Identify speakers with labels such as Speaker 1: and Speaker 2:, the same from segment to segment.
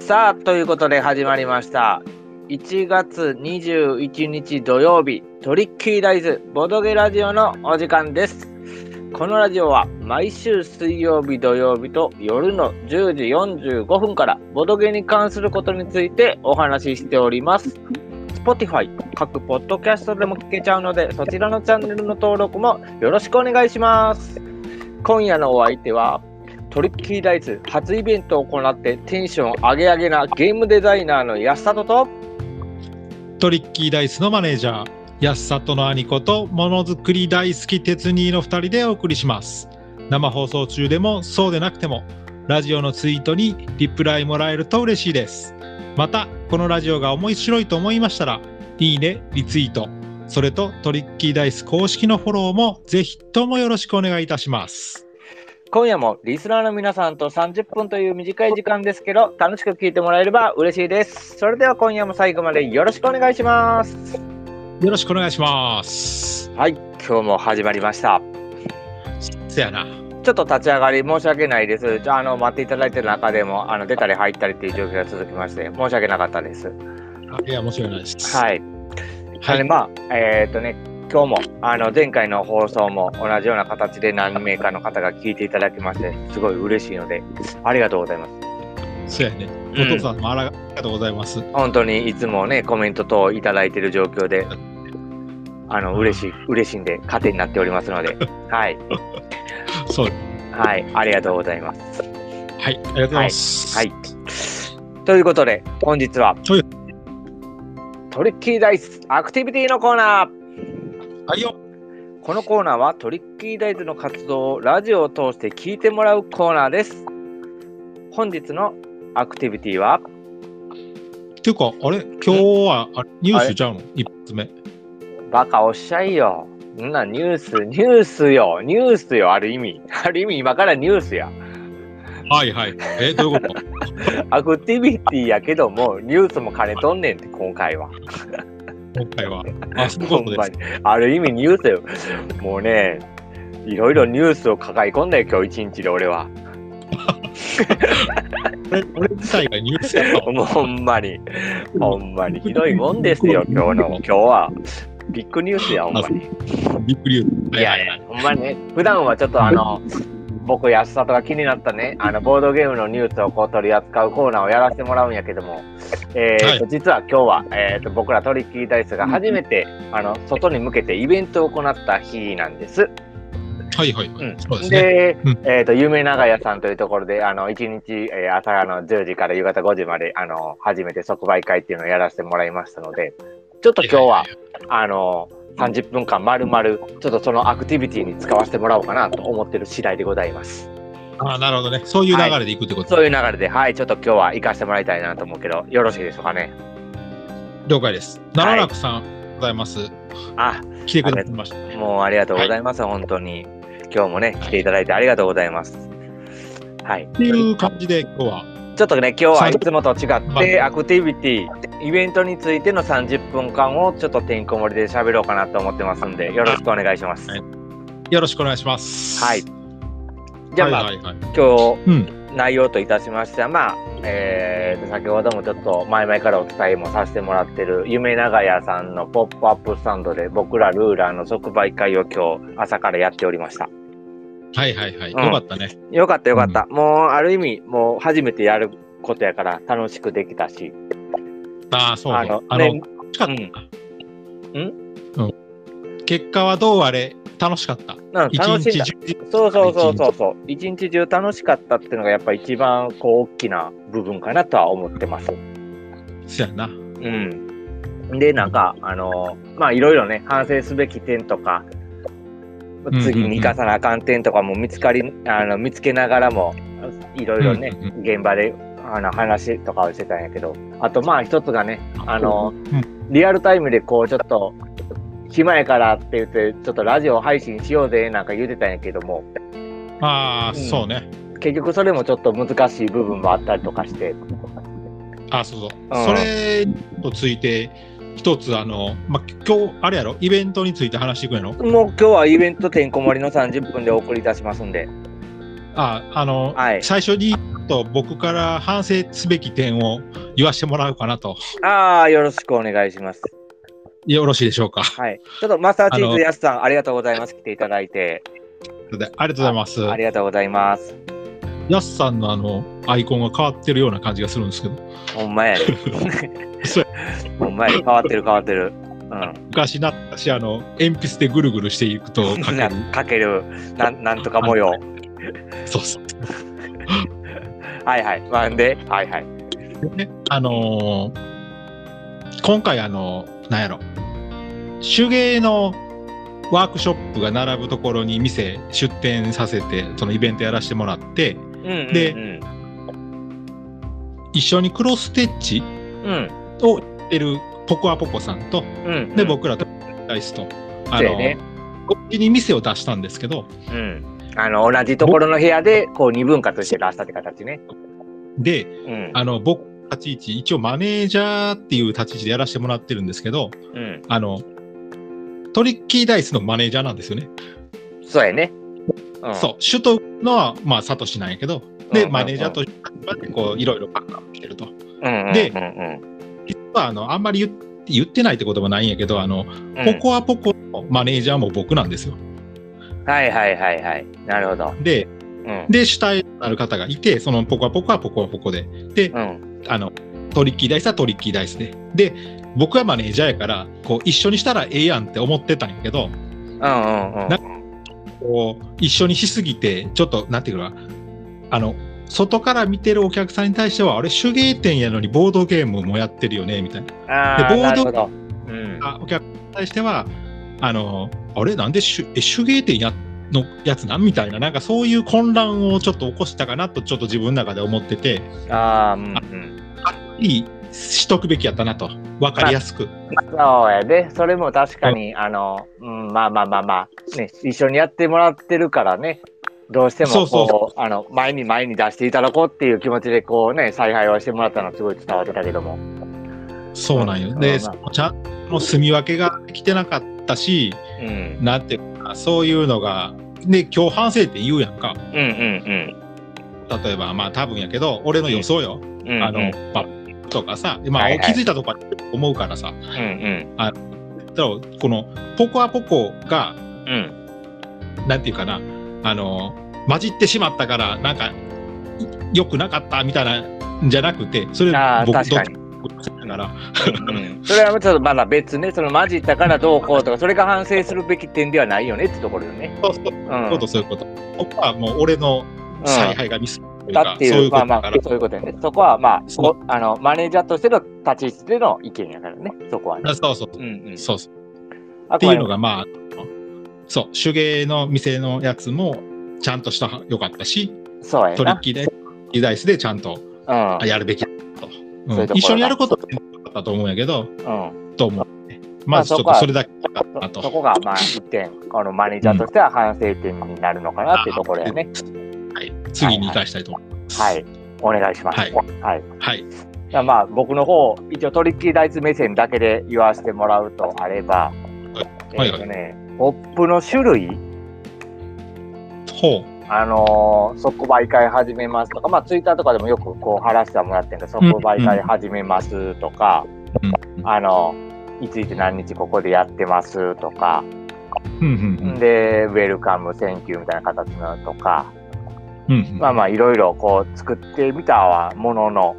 Speaker 1: さあ、ということで始まりました。1月21日土曜日、トリッキーダイズボドゲラジオのお時間です。このラジオは毎週水曜日、土曜日と夜の10時45分からボドゲに関することについてお話ししております。Spotify、各ポッドキャストでも聞けちゃうので、そちらのチャンネルの登録もよろしくお願いします。今夜のお相手は、トリッキーダイズ初イベントを行ってテンション上げ上げなゲームデザイナーの安里と
Speaker 2: トリッキーダイスのマネージャー安里の兄子とものづくり大好き鉄人の2人でお送りします生放送中でもそうでなくてもラジオのツイートにリプライもらえると嬉しいですまたこのラジオが面白いと思いましたらいいねリツイートそれとトリッキーダイス公式のフォローもぜひともよろしくお願いいたします
Speaker 1: 今夜もリスナーの皆さんと30分という短い時間ですけど楽しく聞いてもらえれば嬉しいですそれでは今夜も最後までよろしくお願いします
Speaker 2: よろしくお願いします
Speaker 1: はい今日も始まりました
Speaker 2: せやな
Speaker 1: ちょっと立ち上がり申し訳ないですじゃああの待っていただいてる中でもあの出たり入ったりっていう状況が続きまして申し訳なかったです
Speaker 2: あいや面白いないです
Speaker 1: はい
Speaker 2: は
Speaker 1: で
Speaker 2: い、
Speaker 1: まあえっ、とね今日もあの前回の放送も同じような形で何名かの方が聞いていただきましてすごい嬉しいのでありがとうございます。
Speaker 2: せやねお
Speaker 1: うん
Speaker 2: 父さんもあらありがとうございます
Speaker 1: 本当にいつもねコメント等いただいている状況であの嬉しい嬉しいんで糧になっておりますの ではい
Speaker 2: そう
Speaker 1: はいありがとうございます。
Speaker 2: はい、ありがとうございます。
Speaker 1: はいということで本日は
Speaker 2: はい
Speaker 1: トリッキーダイスアクティビティのコーナー
Speaker 2: はいよ。
Speaker 1: このコーナーはトリッキーダイズの活動をラジオを通して聞いてもらうコーナーです。本日のアクティビティは
Speaker 2: っていうか、あれ、今日はあれニュースちゃうの一発目。
Speaker 1: バカおっしゃいよ。んなニュース、ニュースよ、ニュースよ、ある意味。 ある意味、今からニュースや。
Speaker 2: はいはい。え、どういう こと
Speaker 1: アクティビティやけども、ニュースも兼ねとんねんって、今回は。
Speaker 2: 今回は。あ、そういうことで
Speaker 1: ほんまにある意味、ニュースよ。もうね、いろいろニュースを抱え込んだよ、今日一日で俺は。
Speaker 2: す。俺俺自体がニュースやったわ
Speaker 1: もう ほんまに、ほんまにひどいもんです よ、今日の、今日は。ビッグニュースや、ほんまに。
Speaker 2: びっく り
Speaker 1: いやいや、ほんまにね、普段はちょっとあの、僕、安里が気になったね、あのボードゲームのニュースをこう取り扱うコーナーをやらせてもらうんやけども、えーと実は今日は、えー、と僕らトリッキーダイスが初めて、あの外に向けてイベントを行った日なんです。
Speaker 2: はいはいは
Speaker 1: う
Speaker 2: い
Speaker 1: ん。
Speaker 2: そうですね。
Speaker 1: で、
Speaker 2: うん
Speaker 1: えっ、と、有名長屋さんというところで、あの、1日、えー朝の10時から夕方5時まで、あの、初めて即売会っていうのをやらせてもらいましたので、ちょっと今日は、
Speaker 2: いやいやい
Speaker 1: あの、30分間まるまる、ちょっとそのアクティビティに使わせてもらおうかなと思ってる次第でございます。
Speaker 2: やあ、なるほどね。そういう流れでいくってこと、
Speaker 1: そういう流れで、はい、ちょっと今日は行かせてもらいたいなと思うけど、よろしいでしょうかね。
Speaker 2: 了解です。奈良楽さん、ございます。
Speaker 1: あ、
Speaker 2: 来てくださいました。
Speaker 1: もうありがとうございます、本当に。今日もね、来ていただいてありがとうございます。はい。
Speaker 2: っていう感じで、今日は。
Speaker 1: ちょっとね、今日はいつもと違っ
Speaker 2: は
Speaker 1: て、
Speaker 2: い
Speaker 1: アクティビティ、イベントについての30分間をちょっとてんこ盛りで喋ろうかなと思ってますんで、よろしくお願いします。
Speaker 2: はいよろしくお願いします。
Speaker 1: はい。じゃあ、まあ、
Speaker 2: はいはいはい。
Speaker 1: 今日、
Speaker 2: うん。
Speaker 1: 内容といたしましては、まあえー先ほどもちょっと前々からお伝えもさせてもらってる夢長屋さんのポップアップスタンドで僕らルーラーの即売会を今日朝からやっておりました
Speaker 2: はいはいはい。よ
Speaker 1: うん
Speaker 2: かったね。
Speaker 1: よかったよかった、もうある意味もう初めてやることやから楽しくできたし
Speaker 2: ああ、そう
Speaker 1: あ
Speaker 2: ね
Speaker 1: の。
Speaker 2: あの、
Speaker 1: ね
Speaker 2: 楽しかった。
Speaker 1: うん
Speaker 2: うん結果はどうあれ、楽しかった。
Speaker 1: なん
Speaker 2: 一
Speaker 1: 楽しん
Speaker 2: 日
Speaker 1: だ
Speaker 2: 中
Speaker 1: そうそうそうそうそう一日中楽しかったっていうのがやっぱ一番こう大きな部分かなとは思ってます
Speaker 2: そうやな。
Speaker 1: うん。で、なんか、あのまあ、いろいろね、反省すべき点とか、次に生かさなあかん点とかも見つかり、あの見つけながらも、いろいろね、
Speaker 2: うんうん
Speaker 1: 現場であの話とかをしてたんやけど、あと、まあ、一つがね、あの
Speaker 2: う
Speaker 1: リアルタイムでこう、ちょっと、暇やからって言って、ちょっとラジオ配信しようぜなんか言うてたんやけども、
Speaker 2: ああ、
Speaker 1: うん
Speaker 2: そうね。
Speaker 1: 結局それもちょっと難しい部分もあったりとかして、
Speaker 2: あそうそう。
Speaker 1: うん
Speaker 2: それとついて、一つ、あの、まあ、今日、あれやろ、イベントについて話していくんやろ。
Speaker 1: もう今日はイベントてんこ盛りの30分でお送りいたしますんで、
Speaker 2: ああの、
Speaker 1: はい
Speaker 2: 最初に、と僕から反省すべき点を言わせてもらおうかなと。
Speaker 1: ああ、よろしくお願いします。
Speaker 2: よろしいでしょうか。
Speaker 1: はい。ちょっとマスターチーズやすさん、ありがとうございます。来ていただいて。
Speaker 2: ということでありがとうございます。
Speaker 1: ありがとうございます。
Speaker 2: やすさんのあのアイコンが変わってるような感じがするんですけど、
Speaker 1: ほんまやね。
Speaker 2: そう
Speaker 1: ほんま やね。変わってる変わってる。う
Speaker 2: 昔なったし、あの鉛筆でぐるぐるしてい くと書
Speaker 1: ん。
Speaker 2: け
Speaker 1: な
Speaker 2: る。
Speaker 1: かけるなん、なんとか模様。
Speaker 2: そうそう。
Speaker 1: はいはい。まあんで、はいはい。
Speaker 2: ね、あのー、今回あのなんやろ手芸のワークショップが並ぶところに店出店させてそのイベントやらせてもらって
Speaker 1: うんうん、うん。
Speaker 2: で一緒にクロスステッチ
Speaker 1: うん。
Speaker 2: をやってるポコアポコさんと
Speaker 1: うん。
Speaker 2: で、僕らとダイスとあ
Speaker 1: そうや
Speaker 2: の、
Speaker 1: ね
Speaker 2: こっちに店を出したんですけど
Speaker 1: うん。あの、同じところの部屋で、こう、二分割して出したって形ね。
Speaker 2: で
Speaker 1: うん。
Speaker 2: あの僕立ち位置一応マネージャーっていう立ち位置でやらせてもらってるんですけど
Speaker 1: うん。
Speaker 2: あのトリッキーダイスのマネージャーなんですよね。
Speaker 1: そうやね。うん、
Speaker 2: そう、首都のは、まあ、サトシなんやけど、
Speaker 1: うん。
Speaker 2: で、
Speaker 1: うん
Speaker 2: マネージャーと、こう、いろいろパッカッしてると。
Speaker 1: うんうん、
Speaker 2: で
Speaker 1: うんうん
Speaker 2: 実は、あの、あんまり言って、言ってないってこともないんやけど、あの、
Speaker 1: うん、
Speaker 2: ポコアポコのマネージャーも僕なんですよ。
Speaker 1: はいはいはいはい。なるほど。
Speaker 2: で、
Speaker 1: うん。
Speaker 2: で、主体となる方がいて、そのポコアポコはポコアポコで、で
Speaker 1: う、ん。
Speaker 2: あの、トリッキーダイスはトリッキーダイスで。で、僕はマネージャーやから、こう、一緒にしたらええやんって思ってたんやけど、
Speaker 1: うんうんうん。
Speaker 2: なこう、一緒にしすぎて、ちょっと、なんていうかな、あの、外から見てるお客さんに対しては、あれ、手芸店やのにボードゲームもやってるよね、みたいな。
Speaker 1: ああ、
Speaker 2: でボード
Speaker 1: なるほど。うん。
Speaker 2: あお客さんに対しては、あの、あれ、なんで手え手芸店やのやつなんみたいな、なんかそういう混乱をちょっと起こしたかなと、ちょっと自分の中で思ってて、
Speaker 1: ああ、うんうん。
Speaker 2: いい、しとくべきやったなと、わかりやすく。
Speaker 1: そうやで、それも確かに、あの、うん、まあまあまあまあ、ね、一緒にやってもらってるからね、どうしてもこう
Speaker 2: そうそう
Speaker 1: あの前に前に出していただこうっていう気持ちで、こうね、采配をしてもらったのはすごい伝わってたけども。
Speaker 2: そうなんよ。
Speaker 1: う
Speaker 2: で、
Speaker 1: ん
Speaker 2: そのちゃんと住み分けができてなかったし、
Speaker 1: うん。
Speaker 2: なんていうかな、そういうのが、で、今日反省って言うやんか。
Speaker 1: うんうん
Speaker 2: 例えばまあ多分やけど俺の予想よ、
Speaker 1: うん。うんうん、
Speaker 2: あの、まあとかさ、まあ
Speaker 1: はいはい
Speaker 2: 気づいたとか思うからさ
Speaker 1: うんうん
Speaker 2: だからこのポコアポコが
Speaker 1: うん。
Speaker 2: なんていうかなあの混じってしまったからなんかい良くなかったみたいなんじゃなくてそれ
Speaker 1: ああ、
Speaker 2: 僕
Speaker 1: 確かに。
Speaker 2: どっちだから
Speaker 1: うんそれはちょっとまだ別ね、その混じったからどうこうとか、それが反省するべき点ではないよねってところよね。
Speaker 2: そうそ
Speaker 1: う
Speaker 2: うそういうこ
Speaker 1: ん
Speaker 2: と、そういうこと僕はもう俺の采配がミスという
Speaker 1: だ
Speaker 2: か、
Speaker 1: って
Speaker 2: そう
Speaker 1: い、
Speaker 2: いううこ
Speaker 1: まあ
Speaker 2: と
Speaker 1: ま
Speaker 2: だ
Speaker 1: あ
Speaker 2: から、
Speaker 1: そういうことやね。そこはまあ、
Speaker 2: そ
Speaker 1: こあのマネージャーとしての立ち位置での意見やからね、そこはね。
Speaker 2: そうそう
Speaker 1: うんうん。
Speaker 2: そうそう
Speaker 1: あ
Speaker 2: っ
Speaker 1: く
Speaker 2: て
Speaker 1: ま
Speaker 2: い
Speaker 1: で
Speaker 2: うの
Speaker 1: も
Speaker 2: がまあそう手芸の店のやつもちゃんとした良かったし
Speaker 1: そうや
Speaker 2: トリッ
Speaker 1: な。
Speaker 2: キーで、リダイスでちゃんと
Speaker 1: うん
Speaker 2: あやるべきだと、うん
Speaker 1: そういうところだ
Speaker 2: 一緒にやることはなかったと思うんやけど、
Speaker 1: うん。
Speaker 2: と思って、まずちょ
Speaker 1: まあそ
Speaker 2: っと
Speaker 1: こは
Speaker 2: それだけだったな
Speaker 1: そそ
Speaker 2: と。
Speaker 1: こがまあ一点、このマネージャーとしては反省点になるのかなっていうところやね。
Speaker 2: はい、次に生かしたいと思います。
Speaker 1: はい。お願いします。
Speaker 2: はい
Speaker 1: はい
Speaker 2: はい。
Speaker 1: いやまあ僕の方一応トリッキーダイツ目線だけで言わせてもらうとあれば、
Speaker 2: いはい
Speaker 1: えっ、とねポップの種類
Speaker 2: ほ
Speaker 1: あのー即売会始めますとかまあツイッターとかでもよくこう話してはもらってるけど即売会始めますとか、
Speaker 2: うんうん
Speaker 1: あのいついつ何日ここでやってますとか、
Speaker 2: う。うんうん
Speaker 1: でウェルカムセンキューみたいな形のとか、
Speaker 2: うん。うんうん
Speaker 1: まあまあいろいろこう作ってみたはものの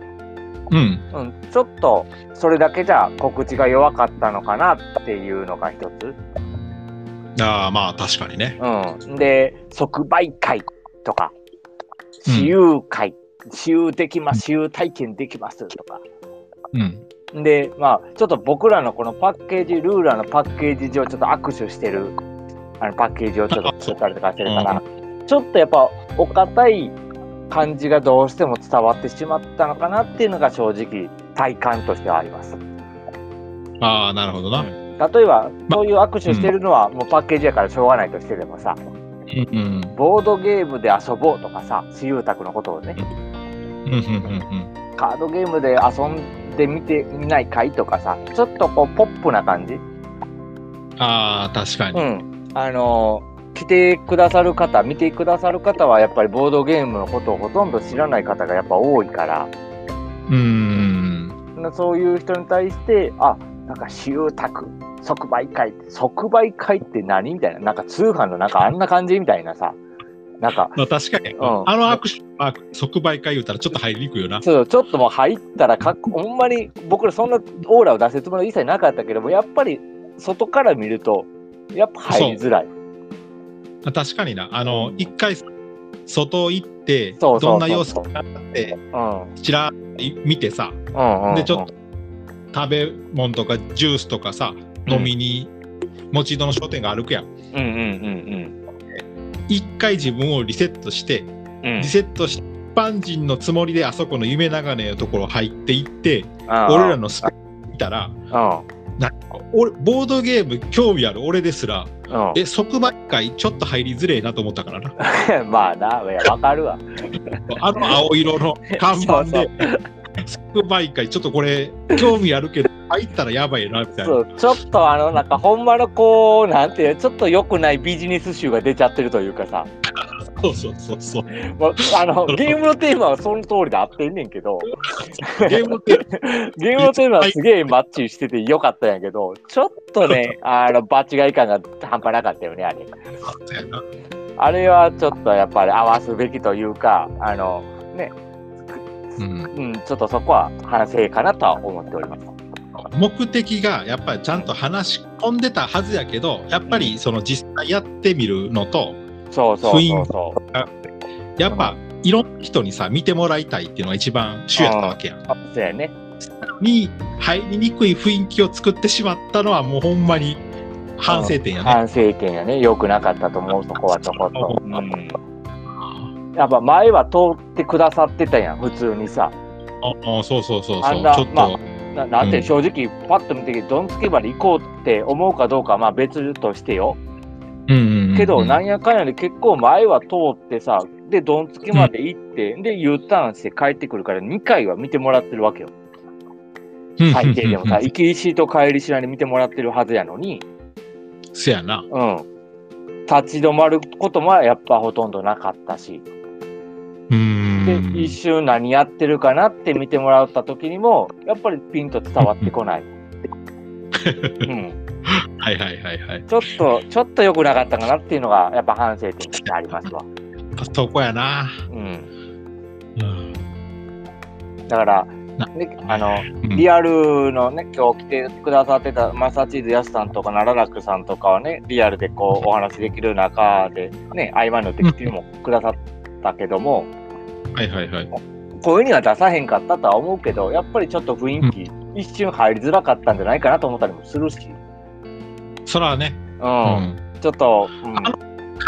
Speaker 2: うん。
Speaker 1: うん、ちょっとそれだけじゃ告知が弱かったのかなっていうのが一つ。
Speaker 2: ああ、まあ確かにね。
Speaker 1: うん、で即売会とか
Speaker 2: うん
Speaker 1: 私有会、私有できます私有体験できますとか。
Speaker 2: うん。
Speaker 1: でまあちょっと僕らのこのパッケージルーラーのパッケージ上ちょっと握手してるあのパッケージをちょっと作ったりとかしてるから、ちょっとやっぱお堅い感じがどうしても伝わってしまったのかなっていうのが正直体感としてはあります。
Speaker 2: ああ、なるほどな。
Speaker 1: 例えば
Speaker 2: ま
Speaker 1: そういう握手してるのはもうパッケージやからしょうがないとしてでもさ
Speaker 2: うんうん。
Speaker 1: ボードゲームで遊ぼうとかさ私有宅のことをね
Speaker 2: うんうんうん
Speaker 1: カードゲームで遊んでみてみないかいとかさちょっとこうポップな感じ
Speaker 2: うん。ああ、確か
Speaker 1: う
Speaker 2: に。
Speaker 1: んあのー来てくださる方、見てくださる方は、やっぱりボードゲームのことをほとんど知らない方がやっぱ多いから、
Speaker 2: うん。
Speaker 1: そういう人に対して、あ、なんか私有宅、即売会、即売会って何みたいな、なんか通販のなんかあんな感じみたいなさ、なんか、
Speaker 2: まあ、確かに、
Speaker 1: うん
Speaker 2: あの握手、まあ、即売会言うたらちょっと入りにくいよな。
Speaker 1: そうちょっともう入ったらかっこ、ほんまに僕らそんなオーラを出せるつもりは一切なかったけども、やっぱり外から見ると、やっぱ入りづらい。
Speaker 2: まあ確かにな。あの、一回、外行って、
Speaker 1: そうそうそう
Speaker 2: どんな様子かなって、
Speaker 1: うん。うん
Speaker 2: ちらり見てさ、
Speaker 1: うんうん。
Speaker 2: で、ちょっと、食べ物とかジュースとかさ、
Speaker 1: うん
Speaker 2: 飲みに、持ち戸の商店が歩くやん。
Speaker 1: うんうんうん
Speaker 2: 一回自分をリセットして、
Speaker 1: うん。うん
Speaker 2: リセットして、一般人のつもりであそこの夢長年のところ入っていって、俺らのスペース見たら、
Speaker 1: う
Speaker 2: なんか俺ボードゲーム興味ある俺ですら
Speaker 1: ん。うん。
Speaker 2: え即売会ちょっと入りづれえなと思ったからな
Speaker 1: まあな、いやわかるわ。
Speaker 2: あの青色の看板で即売会ちょっとこれ興味あるけど入ったらやばいなみたいな
Speaker 1: そう、ちょっとあの、なんか、ほんまのこう、なんていうの、ちょっと良くないビジネス集が出ちゃってるというかさ、
Speaker 2: そうそうそうそう
Speaker 1: もうあの、ゲームのテーマはその通りで合ってんねんけど、
Speaker 2: ゲームって
Speaker 1: ゲームのテーマはすげえマッチしててよかったんやけど、ちょっと ね、あの、場違い感が半端なかったよね、あれ。
Speaker 2: そうやな
Speaker 1: あれはちょっとやっぱり合わすべきというか、あの、ね、
Speaker 2: うん
Speaker 1: うん、ちょっとそこは反省かなとは思っております。
Speaker 2: 目的がやっぱりちゃんと話し込んでたはずやけどやっぱりその実際やってみるのと
Speaker 1: そうそうそうそう。
Speaker 2: やっぱいろんな人にさ見てもらいたいっていうのが一番主やったわけやん
Speaker 1: あそうやね。
Speaker 2: に入りにくい雰囲気を作ってしまったのはもうほんまに反省点やね。
Speaker 1: 反省点やね。良くなかったと思う、そこはちょこっと。
Speaker 2: う
Speaker 1: うんん。やっぱ前は通ってくださってたやん、普通にさ。
Speaker 2: ああそうそうそう
Speaker 1: あ
Speaker 2: そ
Speaker 1: ん
Speaker 2: う
Speaker 1: な
Speaker 2: ちょっと、
Speaker 1: まななん
Speaker 2: う
Speaker 1: て、
Speaker 2: ん
Speaker 1: 正直、パッと見て、どんつけまで行こうって思うかどうかはまあ別としてよ。
Speaker 2: うんうんうん
Speaker 1: けど、なんやかんやで結構前は通ってさ、で、どんつけまで行って、で、U ターンして帰ってくるから、2回は見てもらってるわけよ。
Speaker 2: うんうんうん
Speaker 1: 最低でもさ、行き石と帰りしなで見てもらってるはずやのに、
Speaker 2: せやな。
Speaker 1: うん。立ち止まることもやっぱほとんどなかったし。
Speaker 2: う
Speaker 1: で
Speaker 2: ん。
Speaker 1: 一瞬何やってるかなって見てもらった時にもやっぱりピンと伝わってこ ない、うん、
Speaker 2: はいはいはいはい。
Speaker 1: ちょっとちょっと良くなかったかなっていうのがやっぱ反省点としてありますわ、
Speaker 2: そこやな。
Speaker 1: うん、
Speaker 2: うん
Speaker 1: だから
Speaker 2: な
Speaker 1: ねあの
Speaker 2: うん
Speaker 1: リアルのね今日来てくださってたマサチーズやすさんとか奈良楽さんとかはねリアルでこうお話できる中でね合間の時もくださったけども、
Speaker 2: はいはいはい。
Speaker 1: 声には出さへんかったとは思うけどやっぱりちょっと雰囲気、一瞬入りづらかったんじゃないかなと思ったりもするし、
Speaker 2: そらね、う
Speaker 1: うん
Speaker 2: ん。
Speaker 1: ちょっと、うん
Speaker 2: あ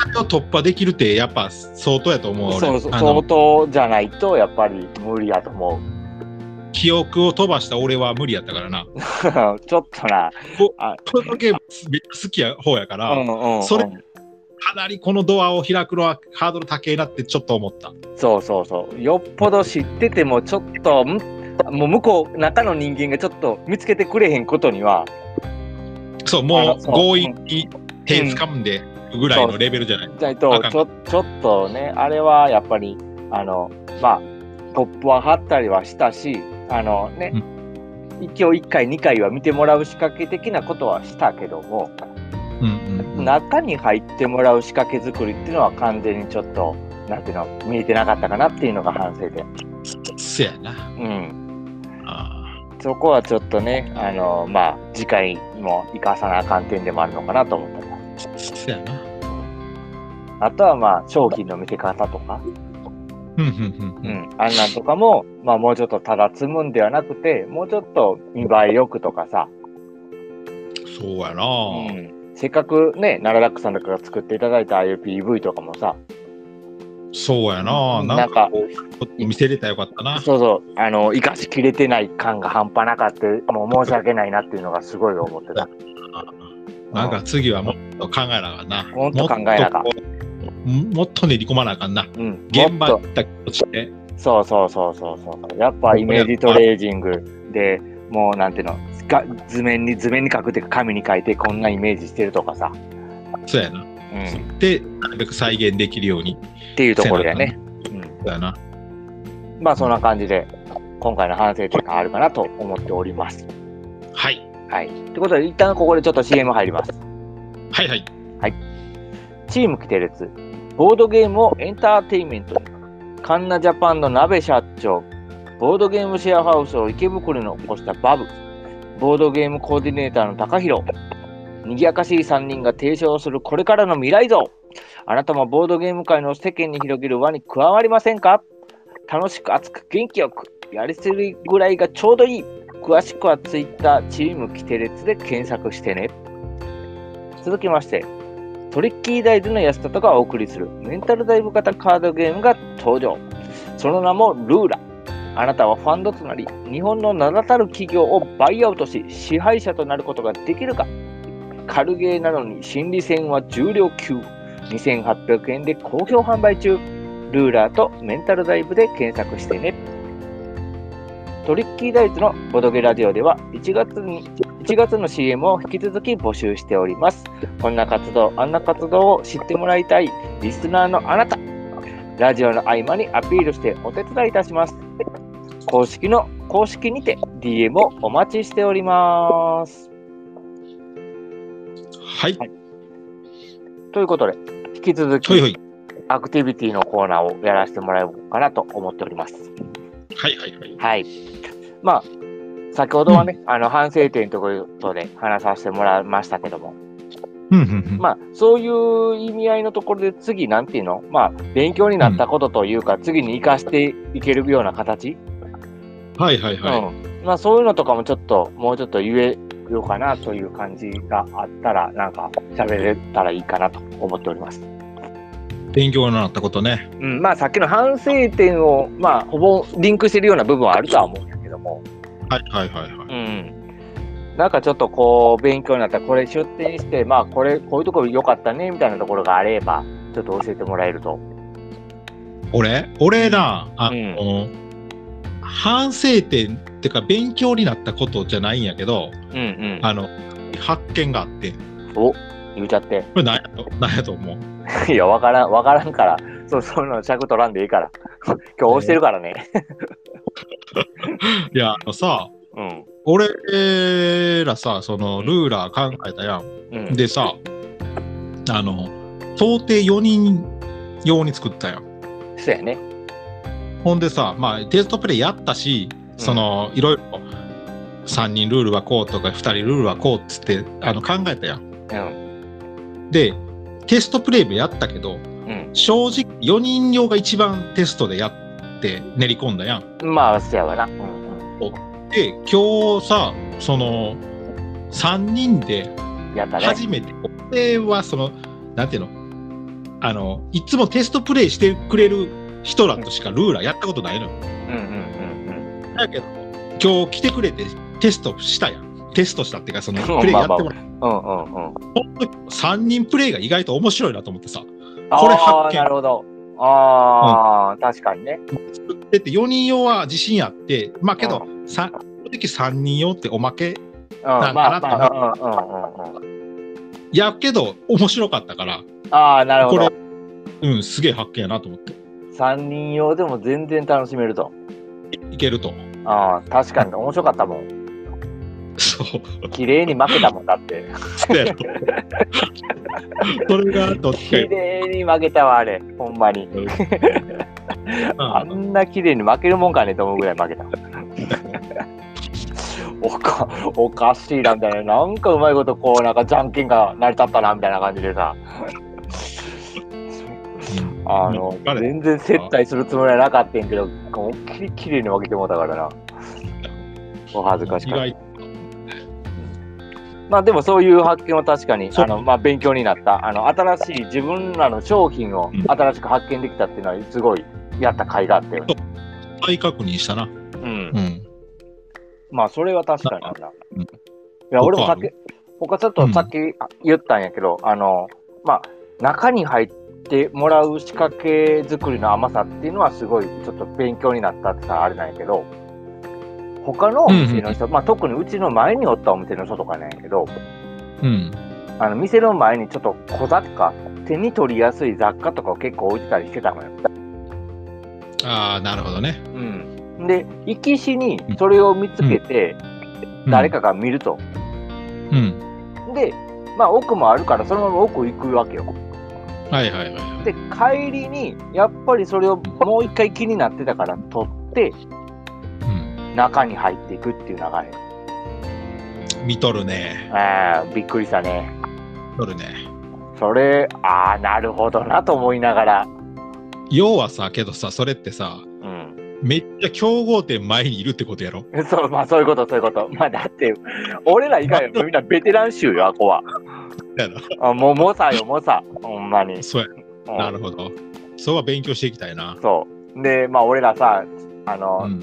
Speaker 2: それを突破できるってやっぱ相当やと思う俺。
Speaker 1: そうそう
Speaker 2: あ
Speaker 1: 相
Speaker 2: の
Speaker 1: 当じゃないとやっぱり無理やと思う。
Speaker 2: 記憶を飛ばした俺は無理やったからな。
Speaker 1: ちょっとな、
Speaker 2: このゲームめっちゃ好きや方やから、
Speaker 1: うんうん
Speaker 2: それ
Speaker 1: うん
Speaker 2: かなりこのドアを開くのはハードル高いなってちょっと思った。
Speaker 1: そうそうそう。よっぽど知っててもちょっとんもう向こう中の人間がちょっと見つけてくれへんことには、
Speaker 2: そう、
Speaker 1: あ
Speaker 2: も
Speaker 1: の
Speaker 2: う
Speaker 1: そう
Speaker 2: 強引に手掴んでぐらいのレベルじゃない。
Speaker 1: じゃないと
Speaker 2: あかん
Speaker 1: ちょちょっとねあれはやっぱりあのまあポップは貼ったりはしたしあのね、
Speaker 2: う
Speaker 1: 一応1回2回は見てもらう仕掛け的なことはしたけども、
Speaker 2: うんうんうん
Speaker 1: 中に入ってもらう仕掛け作りっていうのは完全にちょっと、なんていうの、見えてなかったかなっていうのが反省で。
Speaker 2: せやな。
Speaker 1: うん。
Speaker 2: あ
Speaker 1: そこはちょっとね、あの、まあ、次回も生かさなあかん点でもあるのかなと思ったりは
Speaker 2: ーせやな。
Speaker 1: あとはまあ、商品の見せ方とか、
Speaker 2: うんうん
Speaker 1: う
Speaker 2: うん
Speaker 1: ん、あんなんとかも、まあ、もうちょっとただ積むんではなくて、もうちょっと見栄えよくとかさ、
Speaker 2: うん。そうやな。
Speaker 1: うん。せっかくね、奈良楽さんとかが作っていただいたああいう PV とかもさ、
Speaker 2: そうやな。
Speaker 1: うん
Speaker 2: なん
Speaker 1: なんか
Speaker 2: かこう、ちょっと見せれたらよかったな。
Speaker 1: そうそう、あの、生かしきれてない感が半端なかった、もう申し訳ないなっていうのがすごい思ってた。
Speaker 2: なんか次はもっと考えなあかんな。
Speaker 1: もっと考えなあかん
Speaker 2: もっとこうもっと練り込まなあかんな。
Speaker 1: うん、
Speaker 2: 現場
Speaker 1: も
Speaker 2: 行
Speaker 1: っと
Speaker 2: った気持ちで。
Speaker 1: そうそうそうそうそう。やっぱイメージトレージングで、もうなんていうの、が図面に図面に書くっていうか、紙に書いてこんなイメージしてるとかさ、
Speaker 2: そうやな。
Speaker 1: うん、うん、っ
Speaker 2: で、なるべく再現できるように。
Speaker 1: ていうところだよね。うん、
Speaker 2: だな。
Speaker 1: まあそんな感じで、今回の反省点があるかなと思っております。
Speaker 2: はい。
Speaker 1: はい。ということで、一旦ここでちょっと CM 入ります。
Speaker 2: はいはい。
Speaker 1: チーム規定列、ボードゲームをエンターテインメントに。カンナジャパンの鍋社長、ボードゲームシェアハウスを池袋に起こしたバブ、ボードゲームコーディネーターの高弘、賑やかしい3人が提唱するこれからの未来像。あなたもボードゲーム界の世間に広げる輪に加わりませんか楽しく熱く元気よく、やりすぎぐらいがちょうどいい。詳しくは Twitter チーム規定列で検索してね。続きまして、トリッキーダイズの安田とがお送りするメンタルダイブ型カードゲームが登場。その名もルーラ。あなたはファンドとなり、日本の名だたる企業をバイアウトし、支配者となることができるか。軽ゲーなのに心理戦は重量級。2800円で好評販売中。ルーラーとメンタルダイブで検索してね。トリッキーダイズのボドゲラジオでは1月に1月の CM を引き続き募集しております。こんな活動、あんな活動を知ってもらいたいリスナーのあなた、ラジオの合間にアピールしてお手伝いいたします。公式の公式にて DM をお待ちしております。
Speaker 2: はい。
Speaker 1: ということで、引き続
Speaker 2: ほいほ
Speaker 1: き
Speaker 2: い。
Speaker 1: アクティビティのコーナーをやらせてもらおうかなと思っております。
Speaker 2: はいはいはい。
Speaker 1: はい。まあ、先ほどはね、あの反省点ということで話させてもらいましたけども、
Speaker 2: うんうんうん。
Speaker 1: まあ、そういう意味合いのところで、次、なんていうの、まあ、勉強になったことというか、次に生かしていけるような形、
Speaker 2: はいはいは
Speaker 1: うんまあ、そういうのとかもちょっと、もうちょっと言えようかなという感じがあったら、なんか、喋れたらいいかなと思っております。
Speaker 2: い。勉強になったことね。
Speaker 1: うん、まあ、さっきの反省点を、まあ、ほぼリンクしてるような部分はあるとは思うんだけども、
Speaker 2: はいはいはいはい。
Speaker 1: うん。なんかちょっとこう勉強になったこれ出店してまあこれこういうところ良かったねみたいなところがあればちょっと教えてもらえると
Speaker 2: 俺俺な、あ
Speaker 1: うん
Speaker 2: の、反省点ってか勉強になったことじゃないんやけど、
Speaker 1: うんうん
Speaker 2: あの、発見があって、こ
Speaker 1: お言うちゃって。
Speaker 2: れ何やと何やと思う
Speaker 1: いや、わからん、わからんから。そう、そんなの尺取らんでいいから。 今日押してるからね。
Speaker 2: いや、あのさ、
Speaker 1: うん。
Speaker 2: 俺らさ、そのルーラー考えたやん。
Speaker 1: うん。
Speaker 2: でさ、あの、到底4人用に作ったやん。
Speaker 1: そうやね。
Speaker 2: ほんでさ、まあ、テストプレイやったし、そのいろいろ3人ルールはこうとか2人ルールはこうっつってあの考えたや
Speaker 1: う
Speaker 2: ん。
Speaker 1: ん。
Speaker 2: でテストプレイもやったけど
Speaker 1: うん。
Speaker 2: 正直4人用が一番テストでやって練り込んだやん。
Speaker 1: まあ、そうやわな。うん。
Speaker 2: で今日さその3人で
Speaker 1: うん。やったね。
Speaker 2: 初めてこれはそのなんていうのあのいつもテストプレイしてくれる人らとしかルーラーやったことないのよ
Speaker 1: うんうん
Speaker 2: だけど、今日来てくれてテストしたやん。テストしたっていうか、そのプレイやってもらっ
Speaker 1: うんう
Speaker 2: た。
Speaker 1: ん。うんうんうん。
Speaker 2: 3人プレイが意外と面白いなと思ってさ、
Speaker 1: ああ
Speaker 2: 発見
Speaker 1: なるほど。ああ、確かにね。
Speaker 2: 作ってて4人用は自信あって、まあけど、
Speaker 1: う
Speaker 2: さ正直3人用っておまけ
Speaker 1: うん。
Speaker 2: な
Speaker 1: まあ
Speaker 2: んかな
Speaker 1: まあ、うんうんうんうん。
Speaker 2: やけど面白かったから、
Speaker 1: ああ、なるほ
Speaker 2: これ
Speaker 1: ど。、
Speaker 2: うん、すげえ発見やなと思って、
Speaker 1: 三人用でも全然楽しめると。
Speaker 2: いけると思う。
Speaker 1: ああ、確かに面白かったもん。
Speaker 2: そう、
Speaker 1: 綺麗に負けたもんだって。
Speaker 2: そうやろそれがどっちか
Speaker 1: 綺
Speaker 2: よ
Speaker 1: 麗に負けたわ、あれ。ほんまに。あ
Speaker 2: うん
Speaker 1: んな綺麗に負けるもんかねと思うぐらい負けた。おか、おかしいなみたいな。なんかうまいことこう、なんかじゃんけんが成り立ったなみたいな感じでさ。あの、
Speaker 2: 誰
Speaker 1: 全然接待するつもりはなかったんやけど、思いっきり綺麗に負けてもうたからな。お恥ずかし
Speaker 2: 意
Speaker 1: かった。
Speaker 2: 外
Speaker 1: まあでもそういう発見は確かに、
Speaker 2: そう
Speaker 1: あの、まあ勉強になった。あの、新しい自分らの商品を
Speaker 2: うん
Speaker 1: 新しく発見できたっていうのは、すごいやった甲斐があったよね。
Speaker 2: 再確認したな。
Speaker 1: うん
Speaker 2: う。ん。
Speaker 1: まあ、それは確かにあるな。
Speaker 2: うん
Speaker 1: いや、俺もさっ
Speaker 2: 他あ
Speaker 1: き、他ちょっとさっきあ言ったんやけど、あの、まあ、中に入ってもらう仕掛け作りの甘さっていうのはすごいちょっと勉強になったってさ、あれなんやけど、他のお店の人、まあ特にうちの前におったお店の人とかなんやけど、
Speaker 2: うん。
Speaker 1: あの店の前にちょっと小雑貨、手に取りやすい雑貨とかを結構置いてたりしてたのよ。
Speaker 2: ああ、なるほどね。
Speaker 1: うん、で、生き死にそれを見つけて、
Speaker 2: うん
Speaker 1: 誰。かが見ると。
Speaker 2: うん。
Speaker 1: で、まあ、奥もあるから、そのまま奥行くわけよ。
Speaker 2: はいはいはいはい。
Speaker 1: で、帰りに、やっぱりそれをもう一回気になってたから、取って、
Speaker 2: うん。
Speaker 1: 中に入っていくっていう流れ。
Speaker 2: 見とるね。
Speaker 1: あーびっくりしたね。
Speaker 2: 見とるね。
Speaker 1: それ、ああ、なるほどなと思いながら。
Speaker 2: 要はさ、けどさ、それってさ、
Speaker 1: うん。
Speaker 2: めっちゃ競合店前にいるってことやろ。
Speaker 1: そう、まあ、そういうこと、そういうこと。まあ、だって、俺ら以外はみんなベテラン州よ、あこは。
Speaker 2: やろ
Speaker 1: あもう、猛者よ、猛者。ほんまに。
Speaker 2: そうや。
Speaker 1: うん
Speaker 2: なるほど。そうは勉強していきたいな。
Speaker 1: そう。で、まあ、俺らさ、あ
Speaker 2: う
Speaker 1: の、
Speaker 2: ん。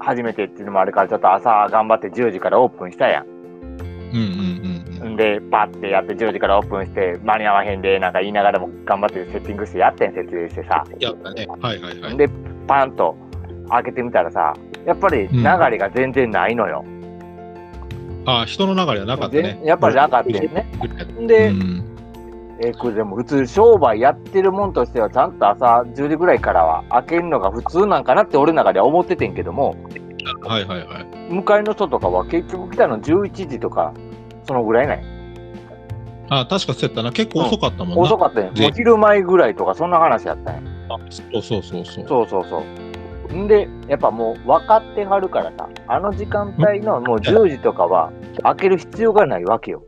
Speaker 1: 初めてっていうのもあるから、ちょっと朝頑張って10時からオープンしたやん。
Speaker 2: うんうんうんうん。
Speaker 1: んで、パッてやって10時からオープンして、間に合わへんで、なんか言いながらも頑張ってセッティングしてやってん、設営してさ。
Speaker 2: やったね。はいはいはい。
Speaker 1: で、パンと開けてみたらさ、やっぱり流れが全然ないのよ。
Speaker 2: ああ、人の流れはなかったね
Speaker 1: 全。やっぱりなかったよね。
Speaker 2: う
Speaker 1: で、
Speaker 2: ん。
Speaker 1: えーこれでも普通商売やってるもんとしては、ちゃんと朝10時ぐらいからは開けるのが普通なんかなって俺の中では思っててんけども、
Speaker 2: はいはいはい。
Speaker 1: 向かいの人とかは結局来たの11時とか、そのぐらいない。
Speaker 2: ああ、確かそうやったな。結構遅かったもんな。
Speaker 1: 遅かったね。
Speaker 2: で
Speaker 1: お昼前ぐらいとか、そんな話やったんや。
Speaker 2: そうそうそうそう。
Speaker 1: そうそうそう。んで、やっぱもう分かってはるからさ、あの時間帯のもう10時とかは開ける必要がないわけよ。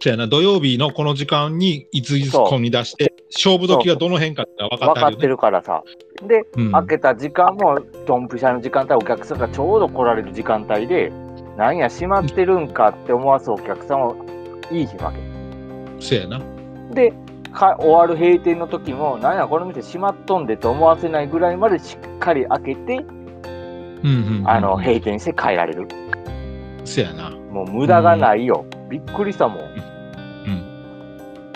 Speaker 2: そうやな、土曜日のこの時間にいついつ込み出して、勝負時がどの辺かってのは分か
Speaker 1: 分
Speaker 2: って
Speaker 1: か
Speaker 2: あ
Speaker 1: って
Speaker 2: るよね。
Speaker 1: るからさ。で、
Speaker 2: うん
Speaker 1: 開けた時間もドンピシャの時間帯、お客さんがちょうど来られる時間帯で、なんや、閉まってるんかって思わすお客さんをいい日わけ。
Speaker 2: そうやな。
Speaker 1: で、か終わる閉店の時も、なんや、この店閉まっとんでと思わせないぐらいまでしっかり開けて、
Speaker 2: うんうん、うん。
Speaker 1: あの、閉店して帰られる。
Speaker 2: そうやな。
Speaker 1: もう無駄がないよ。びっくりしたもん。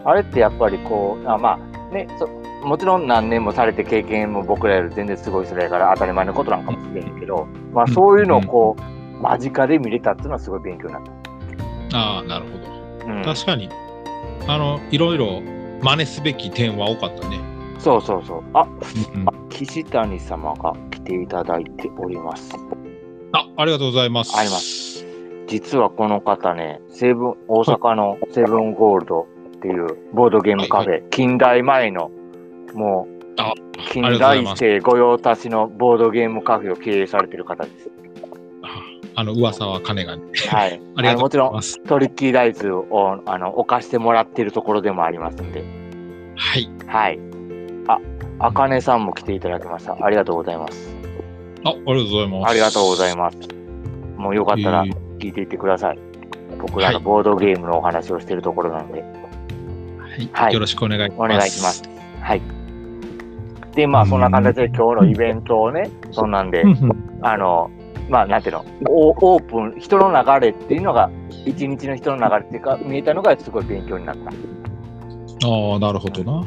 Speaker 1: あれってやっぱりこう、あまあねそ、もちろん何年もされて経験も僕らより全然すごいそれやから当たり前のことなんかもしれんけど、まあ
Speaker 2: うん
Speaker 1: そういうのをこう、間近で見れたっていうのはすごい勉強になった。
Speaker 2: ああ、なるほど。
Speaker 1: うん、
Speaker 2: 確かに、あの、いろいろ真似すべき点は多かったね。
Speaker 1: そうそうそう。あ、
Speaker 2: うん
Speaker 1: 岸谷様が来ていただいております。
Speaker 2: あありがとうございます。。
Speaker 1: あります実はこの方ね、セブン、大阪のセブンゴールドっていうボードゲームカフェ、近代前の、もう
Speaker 2: あ、
Speaker 1: 近
Speaker 2: ありがとうござ
Speaker 1: 代
Speaker 2: います
Speaker 1: 生御用達のボードゲームカフェを経営されてる方です。
Speaker 2: あの、噂は金がね。
Speaker 1: はい。
Speaker 2: ありが
Speaker 1: の
Speaker 2: とう
Speaker 1: も
Speaker 2: ご
Speaker 1: ち
Speaker 2: ざ
Speaker 1: ろ
Speaker 2: い
Speaker 1: ん、
Speaker 2: ます。
Speaker 1: トリッキーダイズをあの犯してもらってるところでもありますんで、
Speaker 2: はい。
Speaker 1: はい。あ、あかねさんも来ていただきました。ありがとうございます。
Speaker 2: あ、ありがとうございます。
Speaker 1: ありがとうござい
Speaker 2: ま
Speaker 1: ます。もうよかったら
Speaker 2: えー
Speaker 1: 聞いていってください。僕ら
Speaker 2: は
Speaker 1: の
Speaker 2: い
Speaker 1: ボードゲームのお話をしてるところなんで、
Speaker 2: はい。
Speaker 1: はい
Speaker 2: よろしくお願いします。
Speaker 1: お願いします。はい。で、まあ、そんな形で今日のイベントをね、そんなんで
Speaker 2: うん、うん
Speaker 1: あの、まあ、なんていうの、オオープン、人の流れっていうのが、一日の人の流れっていうか、見えたのがすごい勉強になった。
Speaker 2: ああ、なるほどな。